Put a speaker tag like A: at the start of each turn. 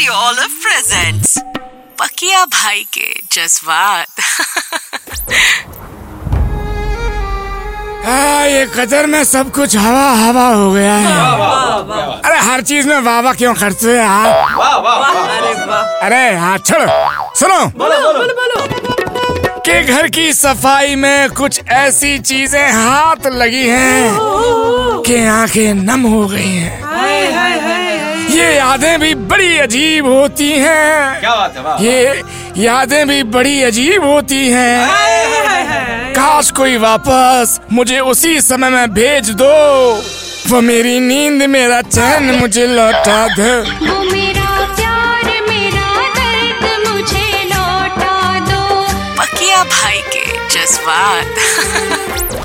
A: you all a present. Pakiya भाई के जज्बात
B: हाँ ये कतर में सब कुछ हवा हवा हो गया है अरे हर चीज में वाह क्यों खर्चते हो यार
A: अरे वाह
B: अरे हाँ छोड़ो सुनो
A: बोलो बोलो
B: के घर की सफाई में कुछ ऐसी चीजें हाथ लगी हैं कि आंखें नम हो गई हैं ये यादें भी बड़ी अजीब होती हैं
C: बात है वाह
B: ये यादें भी बड़ी अजीब होती हैं काश कोई वापस मुझे उसी समय में भेज दो वो मेरी नींद मेरा चैन मुझे लौटा दो
D: वो मेरा प्यार मेरा दर्द मुझे लौटा दो
A: पकिया भाई के जज्बात